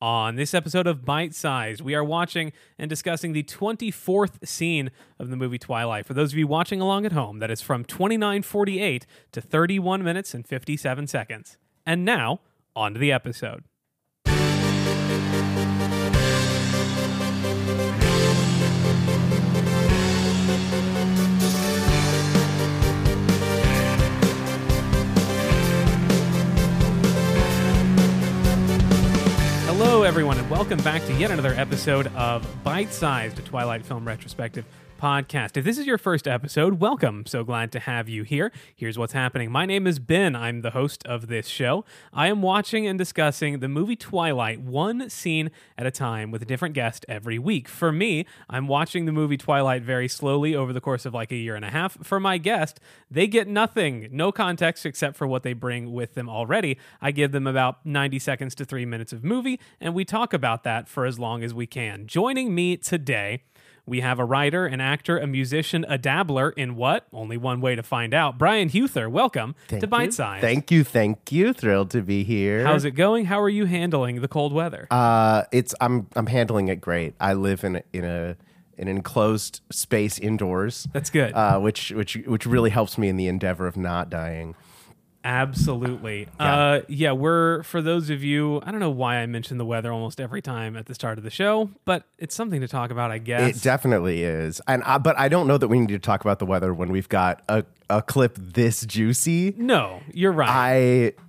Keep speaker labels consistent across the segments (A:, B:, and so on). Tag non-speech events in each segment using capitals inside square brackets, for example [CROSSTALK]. A: On this episode of Bite Size, we are watching and discussing the 24th scene of the movie Twilight. For those of you watching along at home, that is from 2948 to 31 minutes and 57 seconds. And now, on to the episode. Hello, everyone, and welcome back to yet another episode of Bite Sized, a Twilight Film Retrospective podcast. If this is your first episode, welcome. So glad to have you here. Here's what's happening. My name is Ben. I'm the host of this show. I am watching and discussing the movie Twilight one scene at a time with a different guest every week. For me, I'm watching the movie Twilight very slowly over the course of like a year and a half. For my guest, they get nothing, no context except for what they bring with them already. I give them about 90 seconds to three minutes of movie, and we talk about that for as long as we can. Joining me today, we have a writer, an actor, a musician, a dabbler in what? Only one way to find out. Brian Huther, welcome to Bite Size.
B: Thank you, thank you. Thrilled to be here.
A: How's it going? How are you handling the cold weather?
B: Uh, it's I'm I'm handling it great. I live in a, in a an enclosed space indoors.
A: That's good.
B: Uh, which which which really helps me in the endeavor of not dying.
A: Absolutely. Yeah. Uh yeah, we're for those of you, I don't know why I mention the weather almost every time at the start of the show, but it's something to talk about, I guess.
B: It definitely is, and I, but I don't know that we need to talk about the weather when we've got a a clip this juicy.
A: no, you're right.
B: I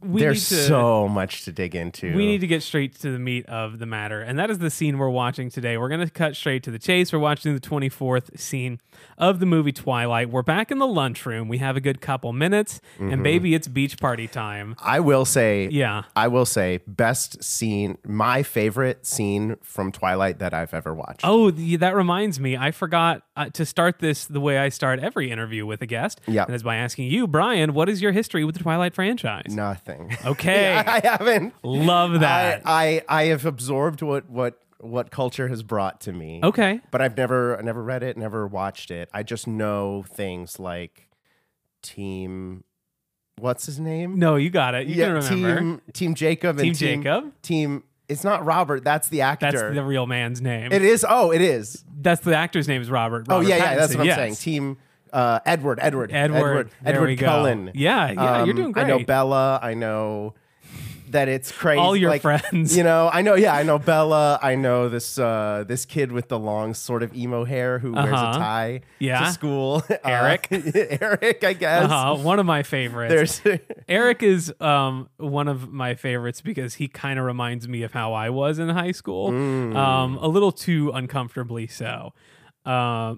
A: we need
B: there's
A: to,
B: so much to dig into.
A: we need to get straight to the meat of the matter, and that is the scene we're watching today. We're going to cut straight to the chase. We're watching the 24th scene of the movie Twilight. We're back in the lunchroom. We have a good couple minutes,
B: Mm-hmm.
A: and baby, it's beach party time.
B: I will say,
A: Yeah.
B: I will say, best scene, my favorite scene from Twilight that I've ever watched.
A: Oh, the, that reminds me. I forgot uh, to start this the way I start every interview with a guest.
B: Yeah.
A: And that's by asking you, Brian, what is your history with the Twilight franchise?
B: Nothing. [LAUGHS]
A: Okay.
B: I haven't.
A: Love that.
B: I, I I have absorbed what what what culture has brought to me.
A: okay.
B: But I've never I never read it, never watched it. I just know things like team what's his name?
A: No, you got it. You can remember.
B: team team Jacob and
A: Team Jacob?
B: Team it's not Robert, that's the actor.
A: That's the real man's name.
B: it is. Oh, it is.
A: that's the actor's name is Robert.
B: Oh
A: Robert
B: yeah, yeah, that's
A: Pattinson.
B: what I'm
A: Yes.
B: saying. Team uh, Edward, Edward,
A: Edward.
B: Edward,
A: There
B: Edward
A: we go.
B: Cullen.
A: Yeah, yeah, you're
B: Um,
A: doing great.
B: I know Bella. I know that it's crazy.
A: All your
B: like,
A: friends.
B: You know, I know. Yeah, I know Bella. I know this uh, this kid with the long sort of emo hair who wears
A: Uh-huh.
B: a tie
A: Yeah.
B: to school. [LAUGHS] Uh,
A: Eric.
B: Eric, I guess.
A: Uh-huh, one of my favorites.
B: There's [LAUGHS]
A: Eric is um, one of my favorites because he kind of reminds me of how I was in high school,
B: Mm.
A: um, a little too uncomfortably so. Uh,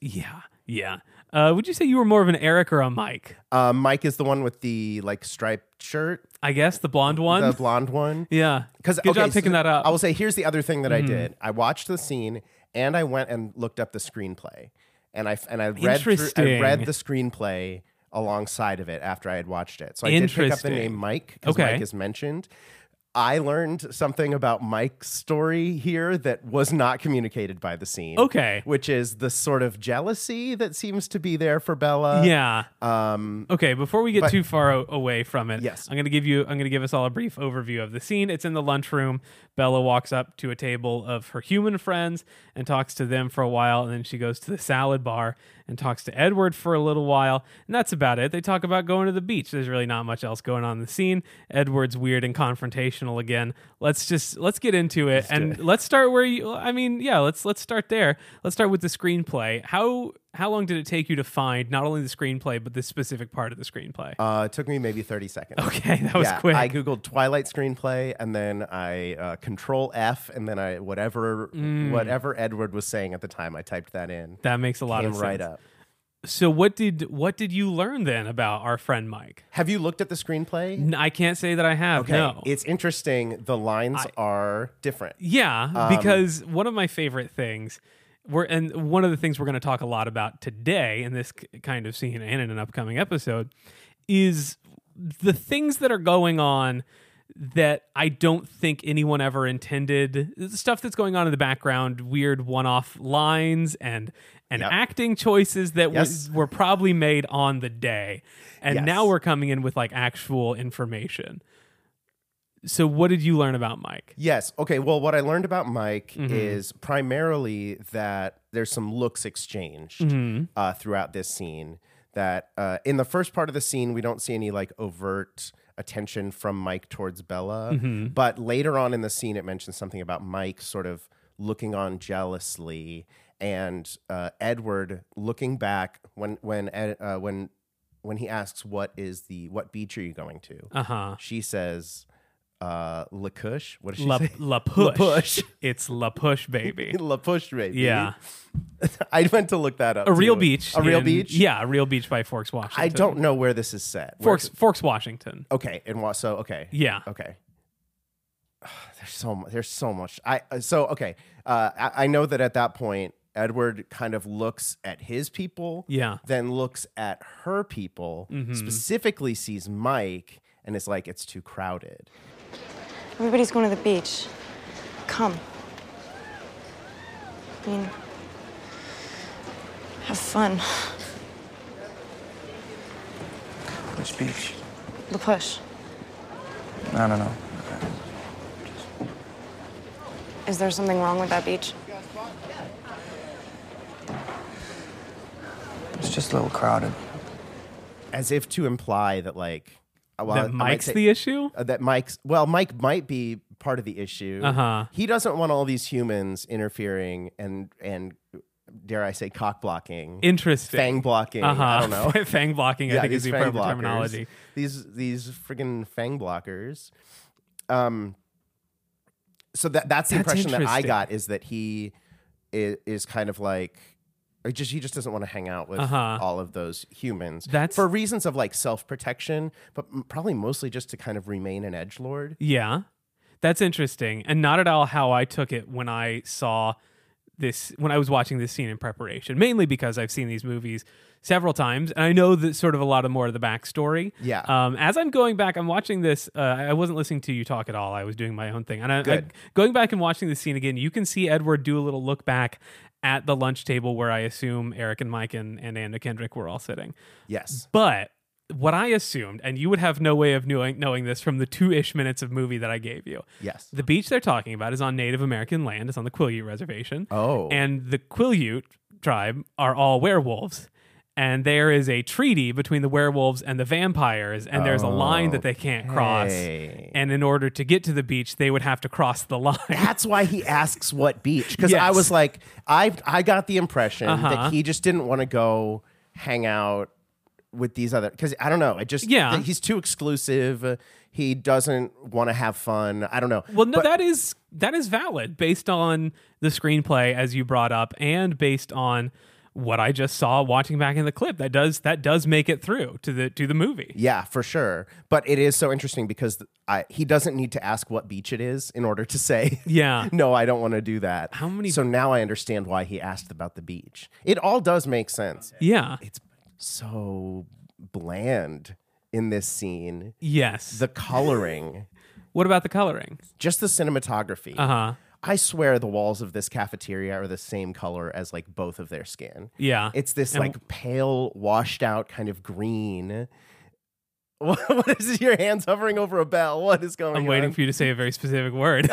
A: yeah, yeah. Uh, would you say you were more of an Eric or a Mike?
B: uh, Mike is the one with the like striped shirt,
A: I guess the blonde one.
B: the blonde one.
A: yeah,
B: Because
A: good job picking that up. Mm-hmm.
B: I will say here's the other thing that I did. I watched the scene and I went and looked up the screenplay, and I f- and I read through, I
A: Interesting.
B: read the screenplay alongside of it after I had watched it. So I did pick up the
A: Interesting.
B: name Mike because
A: Okay.
B: Mike is mentioned. I learned something about Mike's story here that was not communicated by the scene.
A: Okay.
B: which is the sort of jealousy that seems to be there for Bella.
A: yeah.
B: Um,
A: Okay, before we get too far o- away from it,
B: Yes.
A: I'm going to give you I'm going to give us all a brief overview of the scene. It's in the lunchroom. Bella walks up to a table of her human friends and talks to them for a while and then she goes to the salad bar and talks to Edward for a little while. And that's about it. They talk about going to the beach. There's really not much else going on in the scene. Edward's weird and confrontational again. Let's just let's get into it and let's start where you I mean, yeah, let's let's start there. Let's start with the screenplay. How how long did it take you to find not only the screenplay but this specific part of the screenplay?
B: Uh, it took me maybe 30 seconds.
A: [LAUGHS] Okay, [LAUGHS] that was
B: yeah,
A: quick.
B: I Googled Twilight screenplay and then I uh, control F and then I whatever whatever Edward was saying at the time, I typed that in.
A: Mm. that makes a lot
B: came
A: of sense.
B: right up.
A: So what did what did you learn then about our friend Mike?
B: Have you looked at the screenplay?
A: N- I can't say that I have. No.
B: It's interesting. The lines are different.
A: Yeah,
B: Um,
A: because one of my favorite things we're and one of the things we're going to talk a lot about today in this k- kind of scene and in an upcoming episode is the things that are going on that I don't think anyone ever intended. Stuff that's going on in the background, weird one-off lines and and
B: Yep.
A: acting choices that
B: Yes.
A: was, were probably made on the day, and
B: Yes.
A: now we're coming in with like actual information. So, what did you learn about Mike?
B: Yes. Okay. Well, what I learned about Mike
A: Mm-hmm.
B: is primarily that there's some looks exchanged
A: Mm-hmm.
B: uh, throughout this scene. That uh, in the first part of the scene, we don't see any like overt attention from Mike towards [LAUGHS] Bella.
A: Mm-hmm.
B: But later on in the scene, it mentions something about Mike sort of looking on jealously and uh, Edward looking back when when Ed, uh, when when he asks what is the what beach are you going to
A: Uh huh.
B: she says uh La Cush. What does she
A: La,
B: say? [LAUGHS]
A: La Push.
B: Push.
A: [LAUGHS] It's La Push, baby.
B: [LAUGHS] La Push, baby.
A: Yeah.
B: [LAUGHS] I went to look that up.
A: A real
B: too.
A: beach.
B: A real
A: in-
B: beach?
A: Yeah, a real beach by Forks, Washington.
B: I don't know where this is set. Where-
A: Forks, Forks, Washington.
B: Okay, in Waso. Okay.
A: Yeah.
B: Okay. [SIGHS] There's so much. There's so much. I uh, so okay. Uh, I, I know that at that point, Edward kind of looks at his people,
A: Yeah. Mm-hmm.
B: then looks at her people. Specifically, sees Mike and is like, "It's too crowded."
C: Everybody's going to the beach. Come. I mean, have fun.
D: Which beach?
C: The push.
D: No, no, no.
C: Is there something wrong with that beach?
D: It's just a little crowded.
B: As if to imply that, like, uh, well, I
A: that
B: might
A: Mike's
B: say-
A: the issue?
B: uh, that Mike's well, Mike might be part of the issue.
A: Uh-huh.
B: He doesn't want all these humans interfering and and dare I say cock blocking,
A: Interesting.
B: fang blocking.
A: Uh-huh.
B: I don't
A: [LAUGHS]
B: know.
A: fang blocking, I think, is
B: these
A: the
B: fang
A: appropriate
B: blockers.
A: terminology.
B: These these friggin' fang blockers. Um. So that that's the
A: That's
B: impression that I
A: interesting.
B: got is that he is, is kind of like. or Just he just doesn't want to hang out with
A: Uh-huh.
B: all of those humans.
A: That's-
B: for reasons of like self protection, but m- probably mostly just to kind of remain an edge lord.
A: Yeah. That's interesting. And not at all how I took it when I saw this when I was watching this scene in preparation, mainly because I've seen these movies several times and I know that sort of a lot of more of the backstory.
B: Yeah.
A: Um, as I'm going back, I'm watching this. Uh, I wasn't listening to you talk at all. I was doing my own thing. And I, I,
B: Good.
A: going back and watching the scene again, you can see Edward do a little look back at the lunch table where I assume Eric and Mike and, and Anna Kendrick were all sitting.
B: Yes.
A: But what I assumed, and you would have no way of knowing, knowing this from the two ish minutes of movie that I gave you.
B: Yes.
A: The beach they're talking about is on Native American land. It's on the Quileute Reservation.
B: Oh.
A: And the Quileute tribe are all werewolves. And there is a treaty between the werewolves and the vampires, and there's a line
B: Oh,
A: that they can't cross.
B: Okay.
A: And in order to get to the beach, they would have to cross the line.
B: That's why he asks what beach because I
A: Yes.
B: was like, I I got the impression
A: Uh-huh.
B: that he just didn't want to go hang out with these other because I don't know. I just
A: Yeah.
B: that he's too exclusive. He doesn't want to have fun. I don't know.
A: Well, no,
B: But-
A: that is that is valid based on the screenplay as you brought up, and based on what I just saw watching back in the clip. That does that does make it through to the to the movie.
B: yeah, for sure. But it is so interesting because I, he doesn't need to ask what beach it is in order to say.
A: Yeah.
B: [LAUGHS] No, I don't want to do that.
A: How many-
B: So now I understand why he asked about the beach. It all does make sense.
A: Yeah.
B: it's so bland in this scene.
A: Yes.
B: The coloring,
A: what about the coloring?
B: just the cinematography.
A: Uh huh.
B: I swear the walls of this cafeteria are the same color as like both of their skin.
A: Yeah.
B: It's this
A: And-
B: like pale, washed out kind of green. [LAUGHS] What, what is your hands hovering over a bell? What is going on?
A: I'm waiting for you to say a very specific
B: [LAUGHS]
A: word.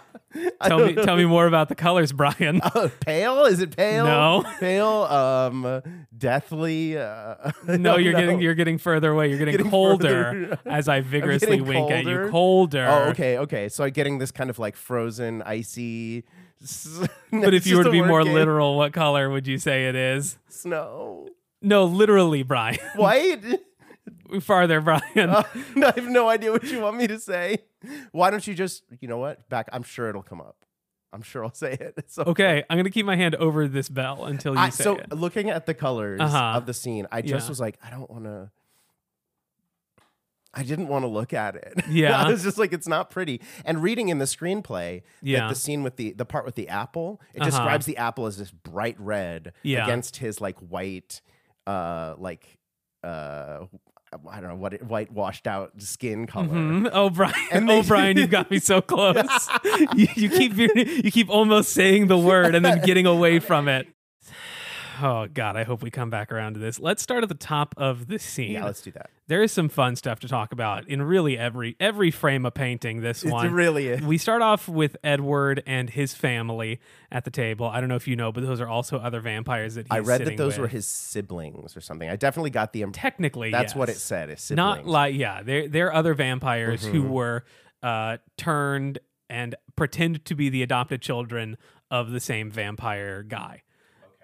A: [LAUGHS] tell me tell me more about the colors, Brian.
B: [LAUGHS] pale? Is it pale?
A: No.
B: Pale, um, deathly. Uh, [LAUGHS] I
A: No,
B: don't
A: you're
B: know.
A: getting you're getting further away. You're getting,
B: Getting
A: colder
B: further.
A: as I
B: I'm
A: vigorously
B: getting
A: wink at you.
B: colder.
A: Colder.
B: Oh, okay, okay. So I'm getting this kind of like frozen, icy. [LAUGHS]
A: But if you were to be more literal, what color would you say it is?
B: snow,
A: No, literally, Brian. [LAUGHS]
B: white.
A: farther, Brian.
B: [LAUGHS] I have no idea what you want me to say. Why don't you just, you know what? Back. I'm sure it'll come up. I'm sure I'll say it. [LAUGHS] So,
A: okay, I'm gonna keep my hand over this bell until you
B: I,
A: say
B: so
A: it.
B: looking at the colors
A: Uh-huh.
B: of the scene, I just
A: Yeah.
B: was like, I don't want to. I didn't want to look at it. [LAUGHS]
A: Yeah.
B: I was just like, it's not pretty. And reading in the screenplay,
A: Yeah.
B: that the scene with the the part with the apple, it
A: Uh-huh.
B: describes the apple as this bright red
A: Yeah.
B: against his like white, uh, like uh, I don't know what it, white washed out skin color.
A: Mm, Oh, Brian!
B: [LAUGHS] And
A: oh,
B: they-
A: Brian! You got me
B: [LAUGHS]
A: so close. you, you keep you keep almost saying the word and then getting away from it. Oh God, I hope we come back around to this. Let's start at the top of the scene.
B: Yeah, let's do that.
A: There is some fun stuff to talk about in really every every frame of painting. This one
B: really is.
A: We start off with Edward and his family at the table. I don't know if you know, but those are also other vampires that he's
B: I read that
A: sitting
B: those
A: with.
B: were his siblings or something. I definitely got the impression.
A: Technically,
B: That's what it
A: yes.
B: said. Is siblings.
A: Not like yeah, there there are other vampires who were uh, turned and pretend to be the adopted children of the same vampire guy.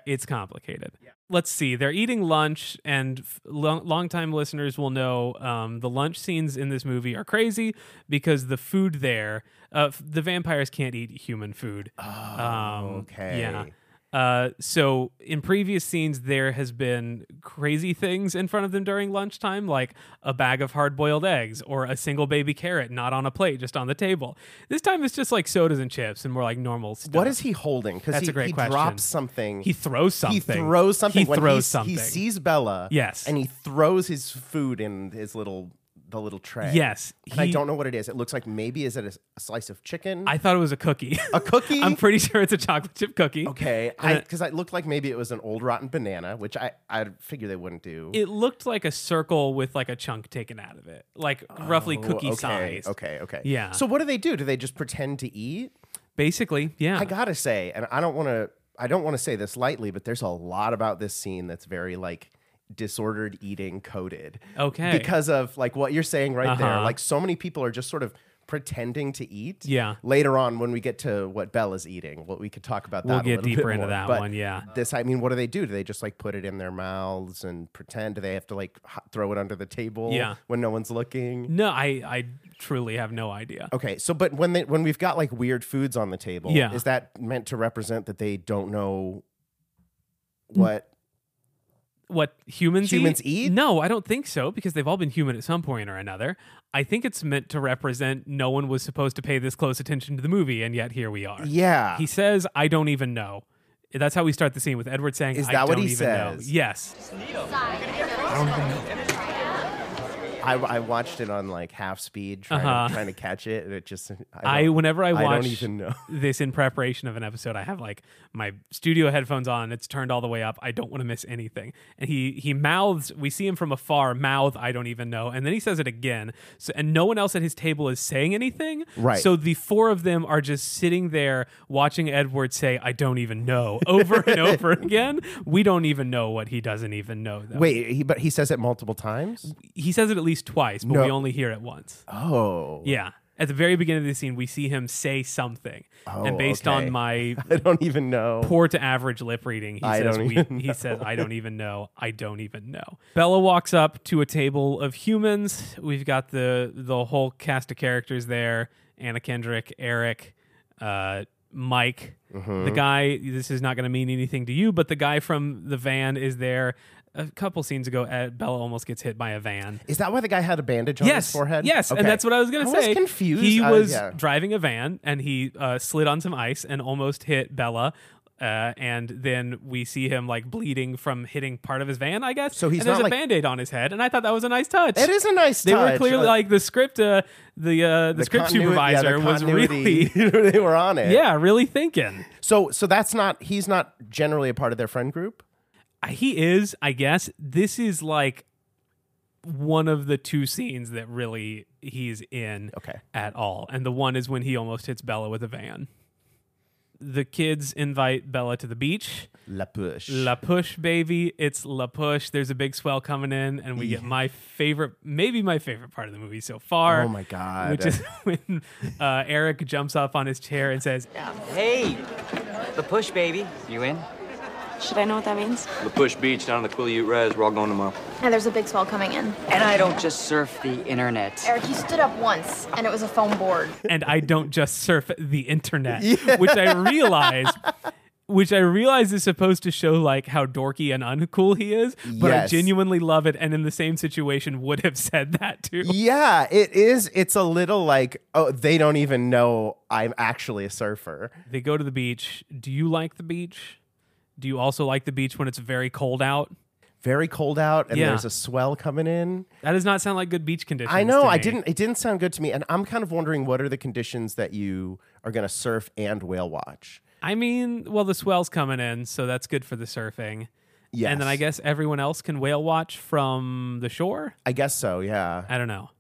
A: It's complicated. Let's see. They're eating lunch, and f- long longtime listeners will know um, the lunch scenes in this movie are crazy because the food there, uh, f- the vampires can't eat human food. um,
B: okay.
A: Yeah. Uh, so in previous scenes, there has been crazy things in front of them during lunchtime, like a bag of hard-boiled eggs or a single baby carrot not on a plate, just on the table. This time, it's just like sodas and chips and more like normal stuff.
B: What is he holding? Because
A: That's
B: he,
A: a great
B: he
A: question.
B: drops something.
A: He throws something.
B: He throws something.
A: He
B: when
A: throws
B: he's-
A: something.
B: He sees Bella.
A: Yes.
B: And he throws his food in his little the little tray.
A: Yes,
B: And I
A: he-
B: don't know what it is. It looks like maybe is it a, s- a slice of chicken?
A: I thought it was a cookie.
B: A
A: [LAUGHS]
B: cookie?
A: I'm uh, pretty sure it's a chocolate chip cookie.
B: okay.
A: And
B: Because it looked like maybe it was an old rotten banana, which I I figure they wouldn't do.
A: It looked like a circle with like a chunk taken out of it, like roughly
B: Oh,
A: cookie
B: okay,
A: size.
B: Okay. Okay.
A: Yeah.
B: So what do they do? Do they just pretend to eat?
A: Basically, yeah.
B: I gotta say, and I don't want to. I don't want to say this lightly, but there's a lot about this scene that's very like disordered eating coded.
A: Okay.
B: Because of like what you're saying right there.
A: Uh-huh.
B: Like so many people are just sort of pretending to eat.
A: Yeah.
B: Later on when we get to what Bella's eating, what we could talk about
A: We'll
B: that. a
A: get
B: little [LAUGHS]
A: deeper
B: bit
A: into
B: more.
A: that
B: But
A: one, yeah.
B: This I mean, what do they do? Do they just like put it in their mouths and pretend? Do they have to like h- throw it under the table
A: Yeah.
B: when no one's looking?
A: no, I I truly have no idea.
B: Okay, so but when they when we've got like weird foods on the table,
A: Yeah.
B: is that meant to represent that they don't know
A: Mm.
B: what?
A: what humans
B: Humans eat?
A: No, I don't think so because they've all been human at some point or another. I think it's meant to represent no one was supposed to pay this close attention to the movie, and yet here we are.
B: Yeah,
A: He says, "I don't even know." That's how we start the scene with Edward saying,
B: Is
A: "I
B: that what
A: don't
B: he
A: even know."
B: says?
A: Yes,
B: I, I watched it on like half speed, trying,
A: Uh-huh.
B: to, trying to catch it, and it just
A: I,
B: don't-
A: whenever I watch
B: I don't even know. [LAUGHS]
A: this in preparation of an episode, I have like my studio headphones on. It's turned all the way up. I don't want to miss anything. And he he mouths. We see him from afar mouth. I don't even know. And then he says it again. So and no one else at his table is saying anything.
B: Right.
A: So the four of them are just sitting there watching Edward say, "I don't even know," [LAUGHS] over and over again. We don't even know what he doesn't even know. Though.
B: Wait, he, but he says it multiple times.
A: He says it at least twice, but
B: No.
A: we only hear it once.
B: Oh,
A: Yeah. At the very beginning of the scene, we see him say something. and based
B: Oh, okay.
A: on
B: [LAUGHS]
A: my
B: [LAUGHS] I don't even know.
A: poor to average lip reading, he
B: I
A: says
B: don't
A: we,
B: even
A: he says I don't even know. I don't even know. Bella walks up to a table of humans. We've got the the whole cast of characters there. Anna Kendrick, Eric, uh, Mike,
B: Mm-hmm.
A: the guy. This is not going to mean anything to you, but the guy from the van is there. A couple scenes ago, Ed, Bella almost gets hit by a van.
B: Is that why the guy had a bandage on his
A: Yes,
B: forehead?
A: yes, and
B: Okay.
A: that's what I was gonna say.
B: I was confused.
A: He
B: I
A: was
B: yeah.
A: driving a van and he uh, slid on some ice and almost hit Bella. Uh, and then we see him like bleeding from hitting part of his van, I guess.
B: So he's
A: and there's
B: not,
A: a
B: like-
A: band-aid on his head, and I thought that was a nice touch.
B: It is a nice.
A: They were
B: touch.
A: clearly like the script, uh, the uh, the,
B: the
A: script
B: continui- yeah,
A: supervisor
B: the
A: was really, [LAUGHS]
B: [LAUGHS] continuity- they were on it.
A: yeah, really thinking.
B: So so that's not he's not generally a part of their friend group.
A: He is, I guess. This is like one of the two scenes that really he's in
B: Okay.
A: at all. And the one is when he almost hits Bella with a van. The kids invite Bella to the beach.
B: La Push.
A: La Push, baby. It's La Push. There's a big swell coming in, and we get my favorite, maybe my favorite part of the movie so far.
B: Oh my God.
A: Which is [LAUGHS] when uh, Eric jumps up on his chair and says,
E: Hey, the push, baby. You in?
C: Should I know what that means?
F: The Push Beach down at the Quileute Res. We're all going tomorrow.
G: And there's a big swell coming in.
E: And I don't just surf the internet.
G: Eric, you stood up once, and it was a foam board.
A: and I don't just surf the
B: [LAUGHS]
A: internet, which I realize. Which I realize is supposed to show like how dorky and uncool he is, but I
B: Yes.
A: genuinely love it, and in the same situation would have said that too.
B: Yeah, it is. It's a little like, oh, they don't even know I'm actually a surfer.
A: They go to the beach. Do you like the beach? Do you also like the beach when it's very cold out?
B: Very cold out, and
A: Yeah.
B: there's a swell coming in.
A: That does not sound like good beach conditions.
B: I know.
A: to
B: I
A: me.
B: didn't. It didn't sound good to me, and I'm kind of wondering what are the conditions that you are going to surf and whale watch.
A: I mean, well, the swell's coming in, so that's good for the surfing.
B: Yes.
A: And then I guess everyone else can whale watch from the shore.
B: I guess so. Yeah.
A: I don't know.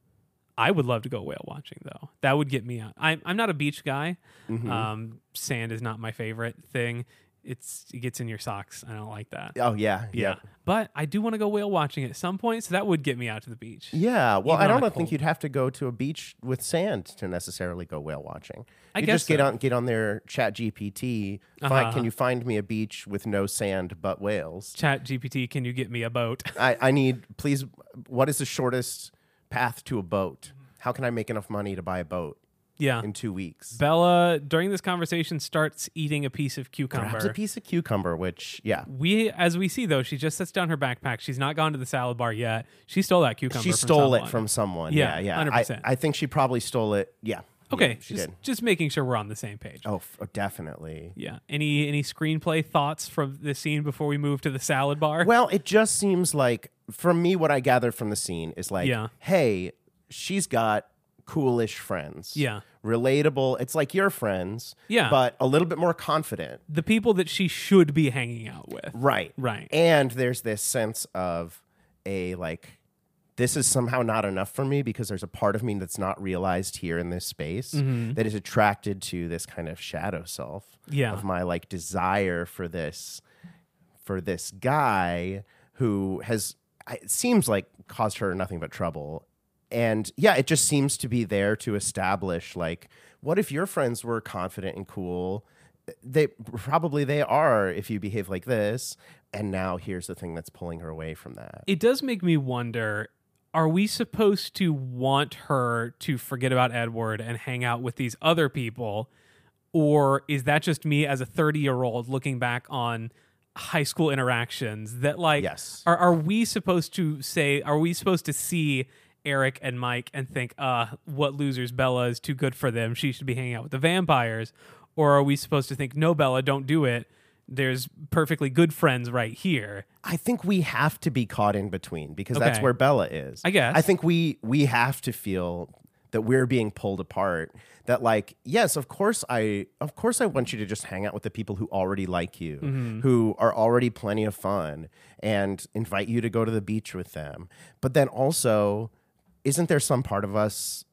A: I would love to go whale watching though. That would get me out. I'm I'm not a beach guy.
B: Mm-hmm.
A: Um, sand is not my favorite thing. It's it gets in your socks. I don't like that.
B: Oh yeah. Yeah.
A: But I do want to go whale watching at some point, so that would get me out to the beach.
B: Yeah, well,
A: Even
B: I
A: on
B: don't
A: a
B: know, think
A: cold-
B: you'd have to go to a beach with sand to necessarily go whale watching.
A: I
B: you
A: guess
B: just get
A: so.
B: on get on their Chat GPT.
A: Uh-huh.
B: can you find me a beach with no sand but whales?
A: Chat GPT, can you get me a boat? [LAUGHS]
B: I, I need please. What is the shortest path to a boat? How can I make enough money to buy a boat
A: yeah.
B: in two weeks?
A: Bella, during this conversation, starts eating a piece of cucumber.
B: Grabs a piece of cucumber, which yeah,
A: we, as we see though, she just sets down her backpack. She's not gone to the salad bar yet. She stole that cucumber.
B: she
A: from
B: stole
A: someone.
B: it from someone.
A: Yeah,
B: Yeah, yeah.
A: 100%.
B: I, I think she probably stole it. Yeah.
A: Okay,
B: Yeah, she
A: just,
B: did.
A: just making sure we're on the same page.
B: Oh, f- oh, definitely.
A: Yeah. Any any screenplay thoughts from the scene before we move to the salad bar?
B: Well, it just seems like, from me, what I gathered from the scene is like,
A: Yeah.
B: hey, she's got coolish friends.
A: Yeah.
B: Relatable. It's like your friends.
A: Yeah.
B: But a little bit more confident.
A: the people that she should be hanging out with.
B: Right.
A: Right.
B: And there's this sense of a like, this is somehow not enough for me because there's a part of me that's not realized here in this space that is attracted to this kind of shadow self
A: Yeah.
B: of my like desire for this for this guy who has I- it seems like caused her nothing but trouble and yeah it just seems to be there to establish like what if your friends were confident and cool they probably they are if you behave like this and now here's the thing that's pulling her away from that
A: It does make me wonder are we supposed to want her to forget about Edward and hang out with these other people? Or is that just me as a 30 year old looking back on high school interactions that, like,
B: Yes.
A: are, are we supposed to say, are we supposed to see Eric and Mike and think, uh, what losers? Bella is too good for them. She should be hanging out with the vampires. Or are we supposed to think, no, Bella, don't do it? There's perfectly good friends right here.
B: I think we have to be caught in between because that's
A: Okay.
B: where Bella is.
A: I guess.
B: I think we we have to feel that we're being pulled apart. That like, yes, of course I of course I want you to just hang out with the people who already like you,
A: Mm-hmm.
B: who are already plenty of fun and invite you to go to the beach with them. But then also, isn't there some part of us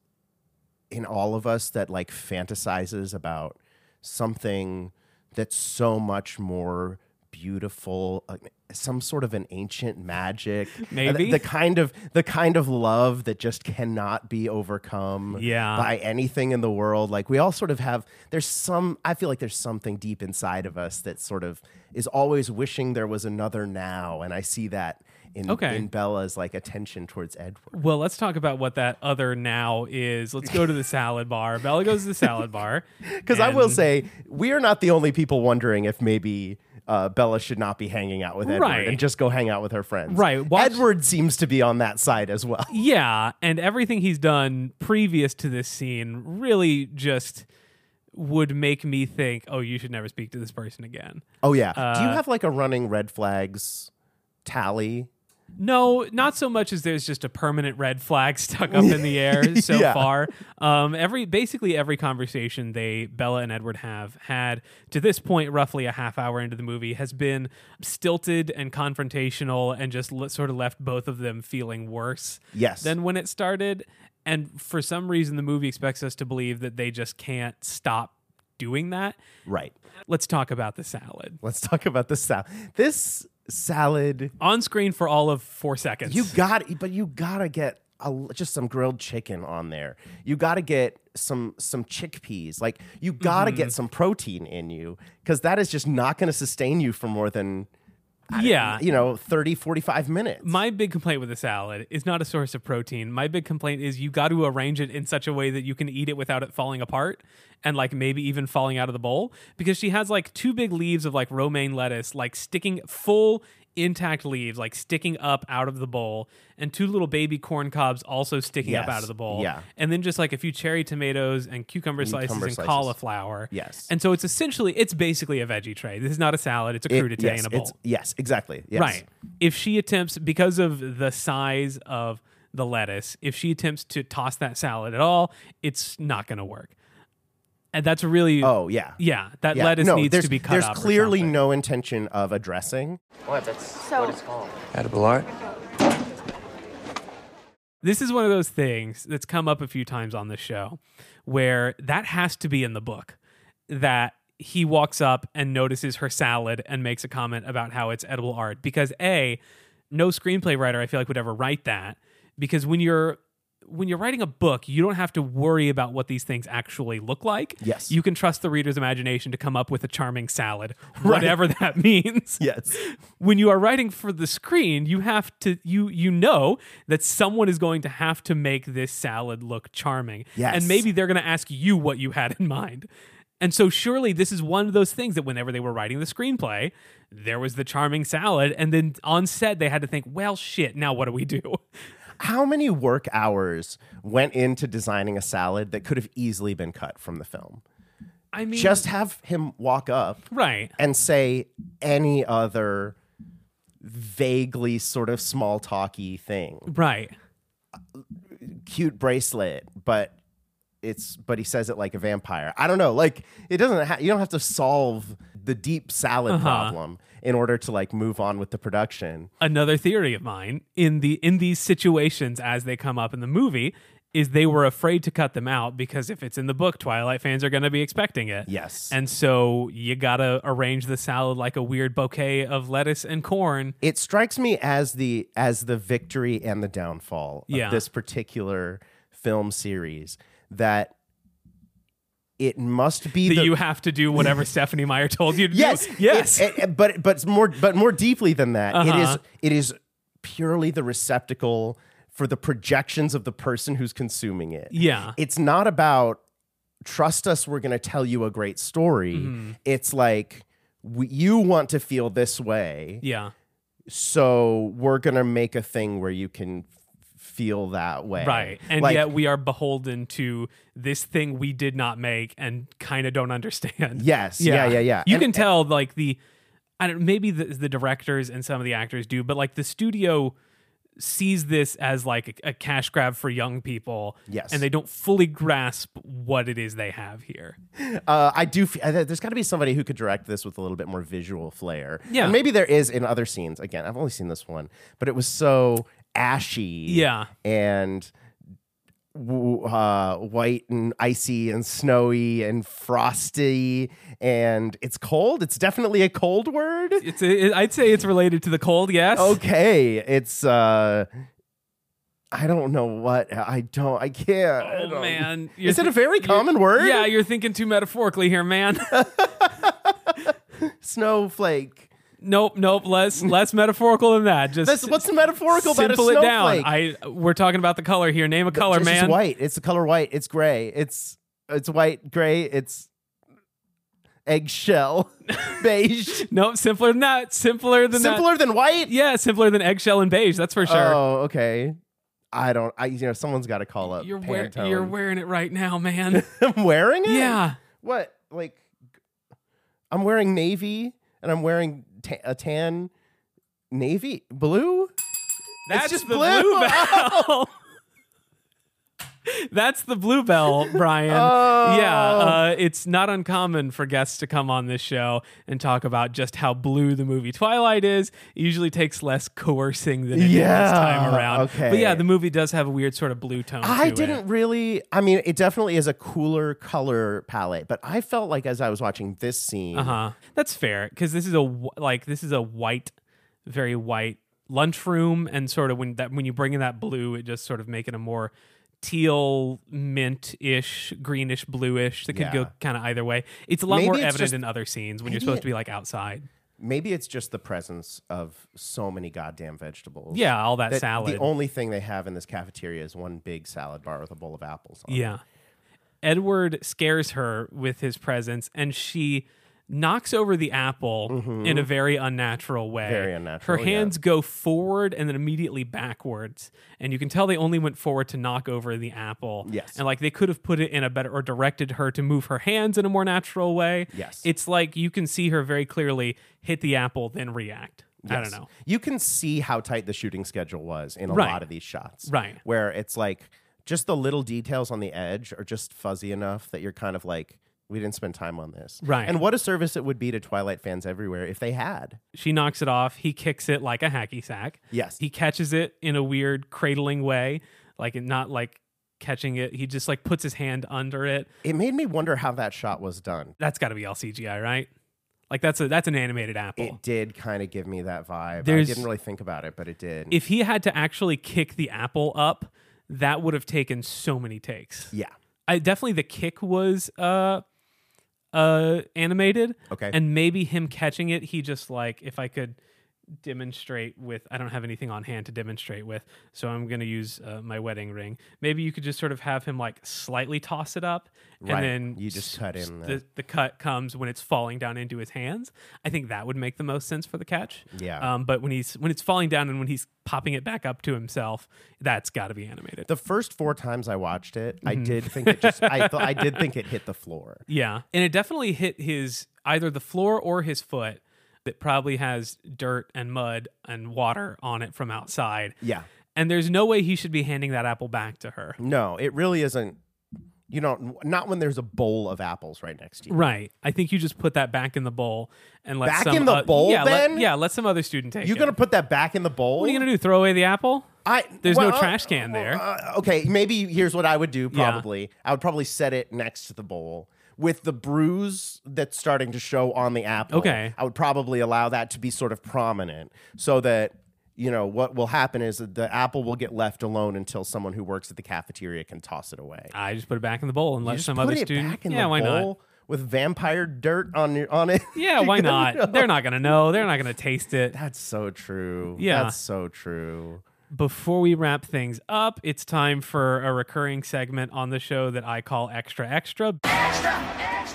B: in all of us that like fantasizes about something that's so much more beautiful uh, some sort of an ancient
A: [LAUGHS]
B: magic uh, th-
A: Maybe.
B: the kind of the kind of love that just cannot be overcome
A: Yeah.
B: by anything in the world like we all sort of have there's some i feel like there's something deep inside of us that sort of is always wishing there was another now and i see that in,
A: Okay.
B: in bella's like attention towards edward
A: Well, let's talk about what that other now is. Let's go to the salad bar. Bella goes to the salad
B: [LAUGHS]
A: bar.
B: Because I will
A: and-
B: say, we are not the only people wondering if maybe uh, Bella should not be hanging out with Edward
A: Right.
B: and just go hang out with her friends.
A: Right, watch-
B: Edward seems to be on that side as well.
A: Yeah, and everything he's done previous to this scene really just would make me think, oh, you should never speak to this person again.
B: Oh, yeah.
A: uh,
B: Do you have like a running red flags tally?
A: No, not so much as there's just a permanent red flag [LAUGHS] stuck up in the
B: [LAUGHS]
A: air so
B: Yeah.
A: far. Um, every basically every conversation they Bella and Edward have had to this point, roughly a half hour into the movie, has been stilted and confrontational, and just le- sort of left both of them feeling worse
B: Yes.
A: than when it started. And for some reason, the movie expects us to believe that they just can't stop doing that.
B: Right.
A: Let's talk about the salad
B: Let's talk about this salad. This salad,
A: on screen for all of four seconds. [LAUGHS]
B: you got, but you gotta get. A, just some grilled chicken on there. You got to get some some chickpeas. Like you got to
A: Mm-hmm.
B: get some protein in you because that is just not going to sustain you for more than
A: yeah,
B: you know 30 45 minutes
A: My big complaint with the salad is not a source of protein. My big complaint is you got to arrange it in such a way that you can eat it without it falling apart and like maybe even falling out of the bowl because she has like two big leaves of like romaine lettuce like sticking full intact leaves like sticking up out of the bowl and two little baby corn cobs also sticking up
B: Yes.
A: out of the bowl.
B: Yeah.
A: And then just like a few cherry tomatoes and cucumber, slices
B: Cucumber
A: and
B: slices.
A: cauliflower.
B: Yes.
A: And so it's essentially it's basically a veggie tray. This is not a salad, it's a
B: It-
A: crudité
B: yes,
A: in a bowl.
B: it's- yes exactly yes.
A: Right. If she attempts, because of the size of the lettuce, if she attempts to toss that salad at all, it's not going to work. And that's really
B: Oh yeah.
A: yeah. That
B: Yeah.
A: lettuce
B: no,
A: needs
B: there's-
A: to be cut.
B: There's
A: up or
B: clearly
A: something.
B: no intention of addressing.
E: What? That's
G: So-
E: what it's called.
D: Edible art?
A: This is one of those things that's come up a few times on this show where that has to be in the book that he walks up and notices her salad and makes a comment about how it's edible art because a no screenplay writer I feel like would ever write that because when you're when you're writing a book you don't have to worry about what these things actually look like.
B: Yes.
A: You can trust the reader's imagination to come up with a charming salad whatever that [LAUGHS] means
B: Yes.
A: when you are writing for the screen, you have to you you know that someone is going to have to make this salad look charming.
B: Yes.
A: And maybe they're going to ask you what you had in mind. And so surely this is one of those things that whenever they were writing the screenplay, there was the charming salad and then on set they had to think, "Well, shit, now what do we do?"
B: How many work hours went into designing a salad that could have easily been cut from the film?
A: I mean,
B: Just have him walk up
A: right.
B: and say any other vaguely sort of small talky thing.
A: Right.
B: Cute bracelet, but it's but he says it like a vampire. I don't know. Like it doesn't ha- you don't have to solve the deep salad problem in order to like move on with the production.
A: another theory of mine in the in these situations as they come up in the movie is they were afraid to cut them out because if it's in the book twilight fans are going to be expecting it
B: Yes.
A: and so you gotta arrange the salad like a weird bouquet of lettuce and corn
B: it strikes me as the as the victory and the downfall
A: Yeah.
B: of this particular film series that it must be
A: that
B: the
A: you have to do whatever [LAUGHS] stephanie meyer told you to
B: yes
A: do yes
B: it- it- but but it's more but more deeply than that It
A: Uh-huh.
B: is it is purely the receptacle for the projections of the person who's consuming it
A: yeah
B: it's not about trust us we're going to tell you a great story
A: Mm-hmm.
B: it's like we, you want to feel this way
A: yeah
B: so we're gonna make a thing where you can f- feel that way
A: right and
B: like,
A: yet we are beholden to this thing we did not make and kind of don't understand
B: yes yeah yeah yeah,
A: You
B: And-
A: can tell like the I don't maybe the, the directors and some of the actors do, but like the studio sees this as like a, a cash grab for young people.
B: Yes.
A: And they don't fully grasp what it is they have here.
B: uh, i do f- I- there's got to be somebody who could direct this with a little bit more visual flair
A: Yeah.
B: and maybe there is in other scenes again i've only seen this one but it was so ashy
A: Yeah.
B: and w- uh, white and icy and snowy and frosty and it's cold it's definitely a cold
A: [LAUGHS]
B: word
A: It's a, it, I'd say it's related to the cold, yes.
B: okay it's uh i don't know what i don't i can't I
A: Oh
B: don't-
A: man. You're
B: is it a
A: thi-
B: very common word
A: Yeah, you're thinking too metaphorically here, man. [LAUGHS]
B: snowflake
A: nope, nope, less less metaphorical than that. Just
B: That's, what's the metaphorical about a
A: simple it down.
B: snowflake
A: I we're talking about the color here. Name a color,
B: it's
A: man.
B: just white it's the color white it's gray it's it's white gray it's
A: [LAUGHS]
B: eggshell beige
A: Nope, simpler than that. Simpler than that.
B: simpler than white
A: Yeah, simpler than eggshell and beige. That's for sure.
B: oh okay i don't i you know someone's got to call up
A: you're wear-
B: Pantone.
A: you're wearing it right now, man. [LAUGHS]
B: [LAUGHS] i'm wearing it
A: yeah,
B: what like i'm wearing navy and i'm wearing ta- a tan navy blue
A: that's
B: just
A: the
B: blue. [LAUGHS]
A: bluebell. [LAUGHS] that's the bluebell, Brian.
B: Oh.
A: Yeah, uh, it's not uncommon for guests to come on this show and talk about just how blue the movie Twilight is. It usually takes less coercing than it did this
B: Yeah,
A: time around. But yeah,
B: okay.
A: the movie does have a weird sort of blue tone. to
B: i
A: it.
B: didn't really i mean it definitely is a cooler color palette but i felt like as i was watching this scene
A: Uh-huh. That's fair cuz this is a wh- like this is a white very white lunchroom and sort of when that when you bring in that blue it just sort of make it a more teal mint-ish greenish bluish that could go
B: Yeah.
A: kind of either way. It's a lot
B: Maybe
A: more
B: it's
A: evident
B: just-
A: in other scenes when you're supposed to be like outside.
B: maybe it's just the presence of so many goddamn vegetables
A: Yeah, all that,
B: that
A: salad.
B: the only thing they have in this cafeteria is one big salad bar with a bowl of apples on it.
A: Yeah. Edward scares her with his presence and she knocks over the apple in a very unnatural way.
B: Mm-hmm. Very unnatural,
A: Her
B: yeah.
A: hands go forward and then immediately backwards. And you can tell they only went forward to knock over the apple.
B: Yes.
A: And like they could have put it in a better or directed her to move her hands in a more natural way.
B: Yes.
A: It's like you can see her very clearly hit the apple, then react. I don't
B: Yes.
A: know.
B: You can see how tight the shooting schedule was in a
A: Right.
B: lot of these shots.
A: Right.
B: Where it's like just the little details on the edge are just fuzzy enough that you're kind of like, we didn't spend time on this.
A: Right.
B: And what a service it would be to Twilight fans everywhere if they had.
A: She knocks it off. He kicks it like a hacky sack.
B: Yes.
A: He catches it in a weird cradling way, like not like catching it. He just like puts his hand under it.
B: It made me wonder how that shot was done.
A: That's got to be all CGI, right? Like that's a that's an animated apple.
B: It did kind of give me that vibe.
A: Oh. There's-
B: I didn't really think about it, but it did.
A: if he had to actually kick the apple up, that would have taken so many takes.
B: yeah.
A: I definitely the kick was uh uh animated.
B: Okay.
A: And maybe him catching it, he just like if I could demonstrate with I don't have anything on hand to demonstrate with, so I'm going to use uh, my wedding ring. Maybe you could just sort of have him like slightly toss it up and
B: Right.
A: then
B: You just
A: s-
B: cut
A: s-
B: in
A: the,
B: the-
A: the cut comes when it's falling down into his hands. I think that would make the most sense for the catch.
B: Yeah.
A: Um but when he's when it's falling down and when he's popping it back up to himself, that's got to be animated.
B: The first four times I watched it,
A: Mm-hmm.
B: I did think it
A: [LAUGHS]
B: just I thought I did think it hit the floor.
A: Yeah. And it definitely hit his either the floor or his foot that probably has dirt and mud and water on it from outside.
B: Yeah.
A: And there's no way he should be handing that apple back to her.
B: No, it really isn't you know, not when there's a bowl of apples right next to you.
A: Right. I think you just put that back in the bowl and let
B: Back
A: some
B: in the
A: oth-
B: bowl,
A: yeah, let-
B: then?
A: yeah, let some other student take
B: You're
A: it.
B: gonna put that back in the bowl?
A: What are you gonna do? Throw away the apple?
B: I
A: There's no
B: well,
A: trash can there.
B: uh, okay, maybe here's what I would do.
A: Yeah.
B: Probably, I would probably set it next to the bowl with the bruise that's starting to show on the apple.
A: Okay.
B: I would probably allow that to be sort of prominent, so that you know what will happen is that the apple will get left alone until someone who works at the cafeteria can toss it away.
A: I just put it back in the bowl and
B: You
A: let
B: just
A: Uh, some
B: put
A: other
B: it
A: student.
B: back in
A: yeah,
B: the
A: why
B: bowl
A: not?
B: with vampire dirt on your, on it. [LAUGHS]
A: Yeah, why not? They're not gonna know. They're not gonna taste it.
B: That's so true.
A: Yeah.
B: that's so true.
A: before we wrap things up, it's time for a recurring segment on the show that I call Extra Extra. Extra Extra.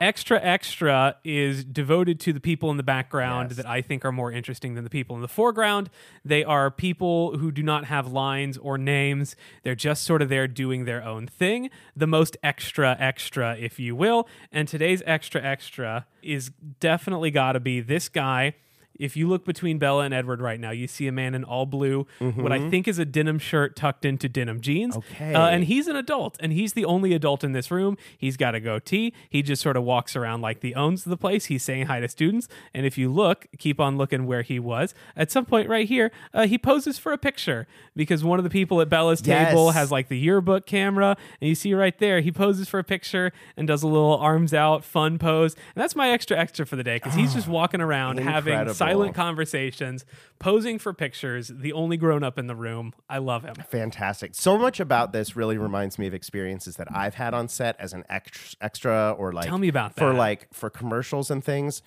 A: Extra Extra is devoted to the people in the background that I think are more interesting than the people in the foreground. They are people who do not have lines or names. They're just sort of there doing their own thing, the most extra extra, if you will. And today's extra extra is definitely got to be this guy if you look between Bella and Edward right now, you see a man in all blue, what I think is a denim shirt tucked into denim jeans.
B: Okay.
A: Uh, and he's an adult, and he's the only adult in this room. He's got a goatee. He just sort of walks around like the owns the place. He's saying hi to students. And if you look, keep on looking where he was. At some point right here, uh, he poses for a picture because one of the people at Bella's
B: Yes.
A: table has like the yearbook camera. And you see right there, he poses for a picture and does a little arms out fun pose. And that's my extra extra for the day because
B: [SIGHS]
A: he's just walking around having
B: Incredible.
A: silent conversations, posing for pictures, the only grown up in the room. I love him.
B: Fantastic. So much about this really reminds me of experiences that I've had on set as an ex- extra or like
A: Tell me about
B: for
A: that.
B: like for commercials and things.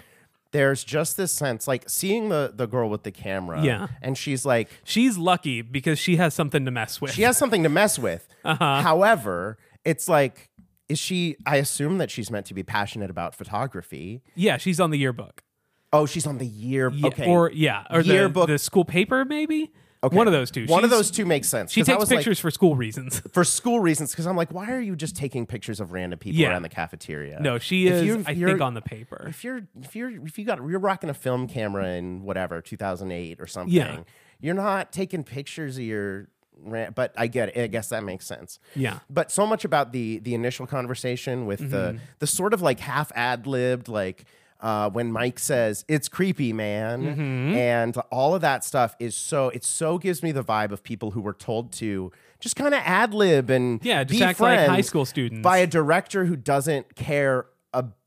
B: There's just this sense like seeing the the girl with the camera
A: Yeah.
B: and she's like
A: She's lucky because she has something to mess with.
B: she has something to mess with.
A: Uh-huh.
B: However, it's like is she I assume that she's meant to be passionate about photography.
A: yeah, she's on the yearbook.
B: Oh, she's on the year
A: Yeah,
B: okay.
A: Or yeah, or the,
B: Yearbook.
A: the school paper maybe.
B: Okay.
A: One of those two.
B: One of
A: She's-
B: those two makes sense.
A: She
B: 'cause I
A: takes
B: was like,
A: pictures for school reasons. [LAUGHS]
B: for school reasons because I'm like, why are you just taking pictures of random people
A: Yeah.
B: around the cafeteria?
A: No, she
B: If
A: is,
B: you-
A: I
B: you're-
A: think, on the paper.
B: If you're if you're if you got you're rocking a film camera in whatever 2008 or something, you're not taking pictures of your. ra- But I get it. I guess that makes sense.
A: Yeah. Mm-hmm.
B: But so much about the the initial conversation with the the sort of like half ad libbed like. Uh, when Mike says it's creepy, man,
A: Mm-hmm.
B: and all of that stuff is so it so gives me the vibe of people who were told to just kind of ad lib and
A: Yeah, just
B: be
A: act like high
B: friends
A: school students.
B: by a director who doesn't care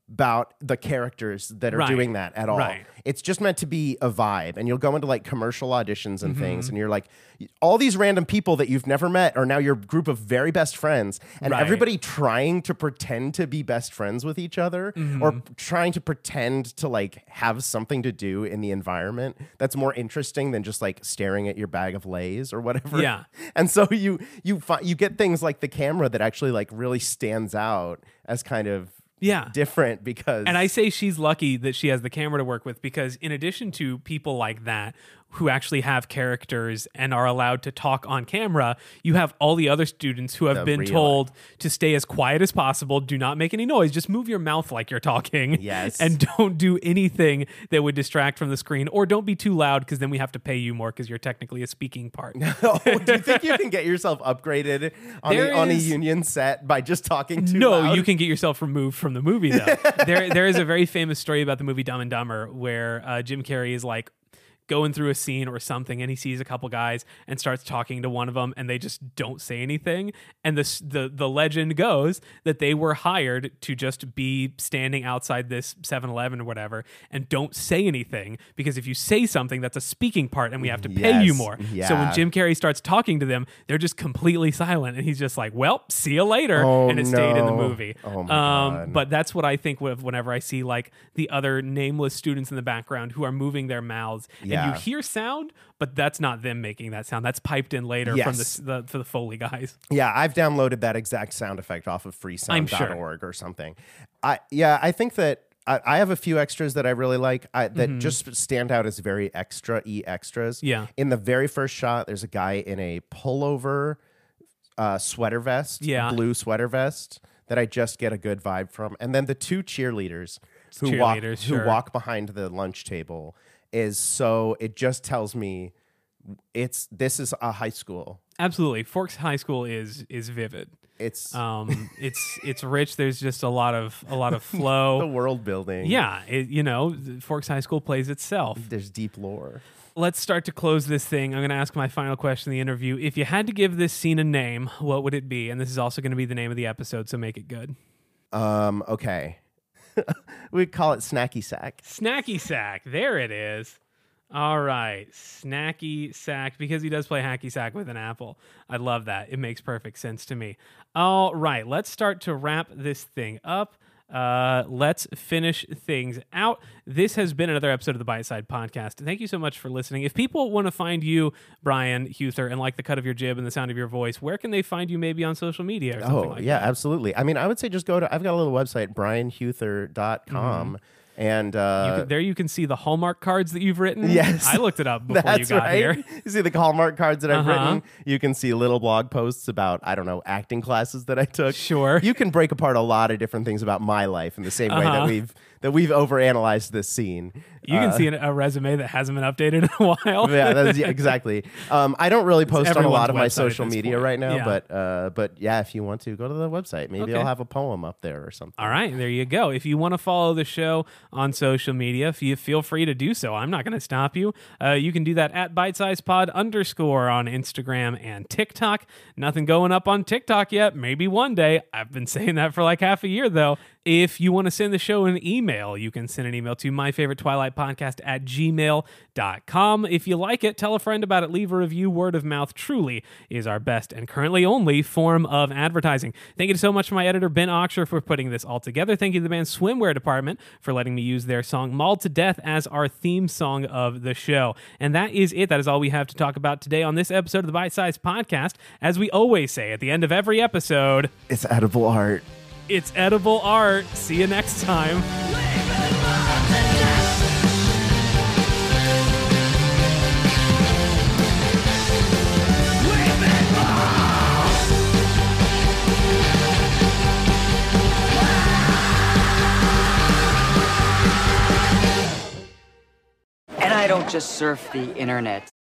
B: about the characters that are
A: Right.
B: doing that at all.
A: Right.
B: It's just meant to be a vibe. And you'll go into like commercial auditions and
A: Mm-hmm.
B: things, and you're like, all these random people that you've never met are now your group of very best friends, and
A: Right.
B: everybody trying to pretend to be best friends with each other or
A: Mm-hmm.
B: trying to pretend to like have something to do in the environment that's more interesting than just like staring at your bag of lays or whatever.
A: Yeah.
B: And so you you fi- you get things like the camera that actually like really stands out as kind of
A: Yeah.
B: different because [LAUGHS]
A: And I say she's lucky that she has the camera to work with because, in addition to people like that, who actually have characters and are allowed to talk on camera, you have all the other students who have
B: The
A: been
B: real-
A: told to stay as quiet as possible, do not make any noise, just move your mouth like you're talking.
B: Yes.
A: [LAUGHS] And don't do anything that would distract from the screen or don't be too loud because then we have to pay you more because you're technically a speaking part.
B: Oh, do you think you can get yourself upgraded on,
A: There
B: a, on a
A: is-
B: union set by just talking too
A: no,
B: loud?
A: you can get yourself removed from the movie
B: [LAUGHS]
A: though. there, there is a very famous story about the movie Dumb and Dumber where uh, Jim Carrey is like going through a scene or something, and he sees a couple guys and starts talking to one of them, and they just don't say anything. And the s- the the legend goes that they were hired to just be standing outside this 7-Eleven or whatever, and don't say anything because if you say something, that's a speaking part, and we have to pay you
B: Yes.
A: more. So when
B: Yeah.
A: Jim Jim Carrey starts talking to them, they're just completely silent, and he's just like, "Well, see you later,"
B: Oh,
A: and it stayed in the
B: no.
A: movie. Um,
B: Oh, my God.
A: But that's what I think of whenever I see like the other nameless students in the background who are moving their mouths, and you
B: Yeah.
A: hear sound, but that's not them making that sound. That's piped in later from the,
B: Yes.
A: s- the for the Foley guys.
B: Yeah, I've downloaded that exact sound effect off of
A: I'm sure.
B: freesound.org or something. I yeah, I think that I, I have a few extras that I really like I, that just stand out as very extra e extras.
A: Mm-hmm. Yeah.
B: In the very first shot, there's a guy in a pullover uh, sweater vest,
A: Yeah.
B: blue sweater vest that I just get a good vibe from, and then the two cheerleaders who walk
A: cheerleaders,
B: who
A: sure.
B: walk behind the lunch table is so it just tells me it's this is a high school.
A: Absolutely, Forks High School is is vivid.
B: It's [LAUGHS]
A: Um, it's it's rich. There's just a lot of a lot of
B: the
A: flow.
B: world building.
A: Yeah, it, you know, Forks High School plays itself.
B: there's deep lore.
A: let's start to close this thing. I'm going to ask my final question in the interview. If you had to give this scene a name, what would it be? And this is also going to be the name of the episode, so make it good.
B: Um, okay. [LAUGHS] we call it snacky sack.
A: Snacky Sack. There it is. All right. Snacky Sack, because he does play Hacky Sack with an apple. I love that. It makes perfect sense to me. All right. Let's start to wrap this thing up. Uh, let's finish things out. This has been another episode of the Bite Side Podcast. Thank you so much for listening. If people want to find you, Brian Huther, and like the cut of your jib and the sound of your voice, where can they find you maybe on social media or something
B: Oh,
A: like
B: yeah, absolutely. I mean, I would say just go to I've got a little website, brianhuther.com. And
A: that? Mm-hmm. You
B: uh
A: can- there you can see the Hallmark cards that you've written.
B: [LAUGHS] Yes.
A: I looked it up before you got here.
B: [LAUGHS] You see the Hallmark cards that I've
A: Uh-huh.
B: written. You can see little blog posts about, I don't know, acting classes that I took.
A: Sure.
B: You can break apart a lot of different things about my life in the same way
A: Uh-huh.
B: that we've that we've overanalyzed this scene.
A: You can see an, a resume that hasn't been updated [LAUGHS] in a while.
B: Uh, yeah, that's, yeah, exactly. Um, I don't really post on a
A: everyone's
B: lot of
A: website
B: my
A: at
B: social
A: this
B: media
A: point.
B: right now,
A: Yeah.
B: but uh, but yeah, if you want to go to the website, maybe
A: Okay.
B: I'll have a poem up there or something.
A: [LAUGHS] All right, there you go. If you want to follow the show on social media, if you feel free to do so. I'm not going to stop you. Uh, you can do that at bitesizepod underscore on Instagram and TikTok. Nothing going up on TikTok yet. Maybe one day. I've been [LAUGHS] saying that for like half a year though. If you want to send the show an email, you can send an email to my favorite Twilight podcast at gmail.com. If you like it, tell a friend about it, leave a review. Word of mouth truly is our best and currently only form of advertising. Thank you so much to my editor, Ben Oxer, for putting this all together. Thank you to the band's swimwear department for letting me use their song Mauled to Death as our theme song of the show. And that is it. That is all we have to talk about today on this episode of the Bite Size Podcast. As we always say at the end of every episode,
B: It's edible art.
A: it's edible art. See you next time.
E: And I don't just surf the internet.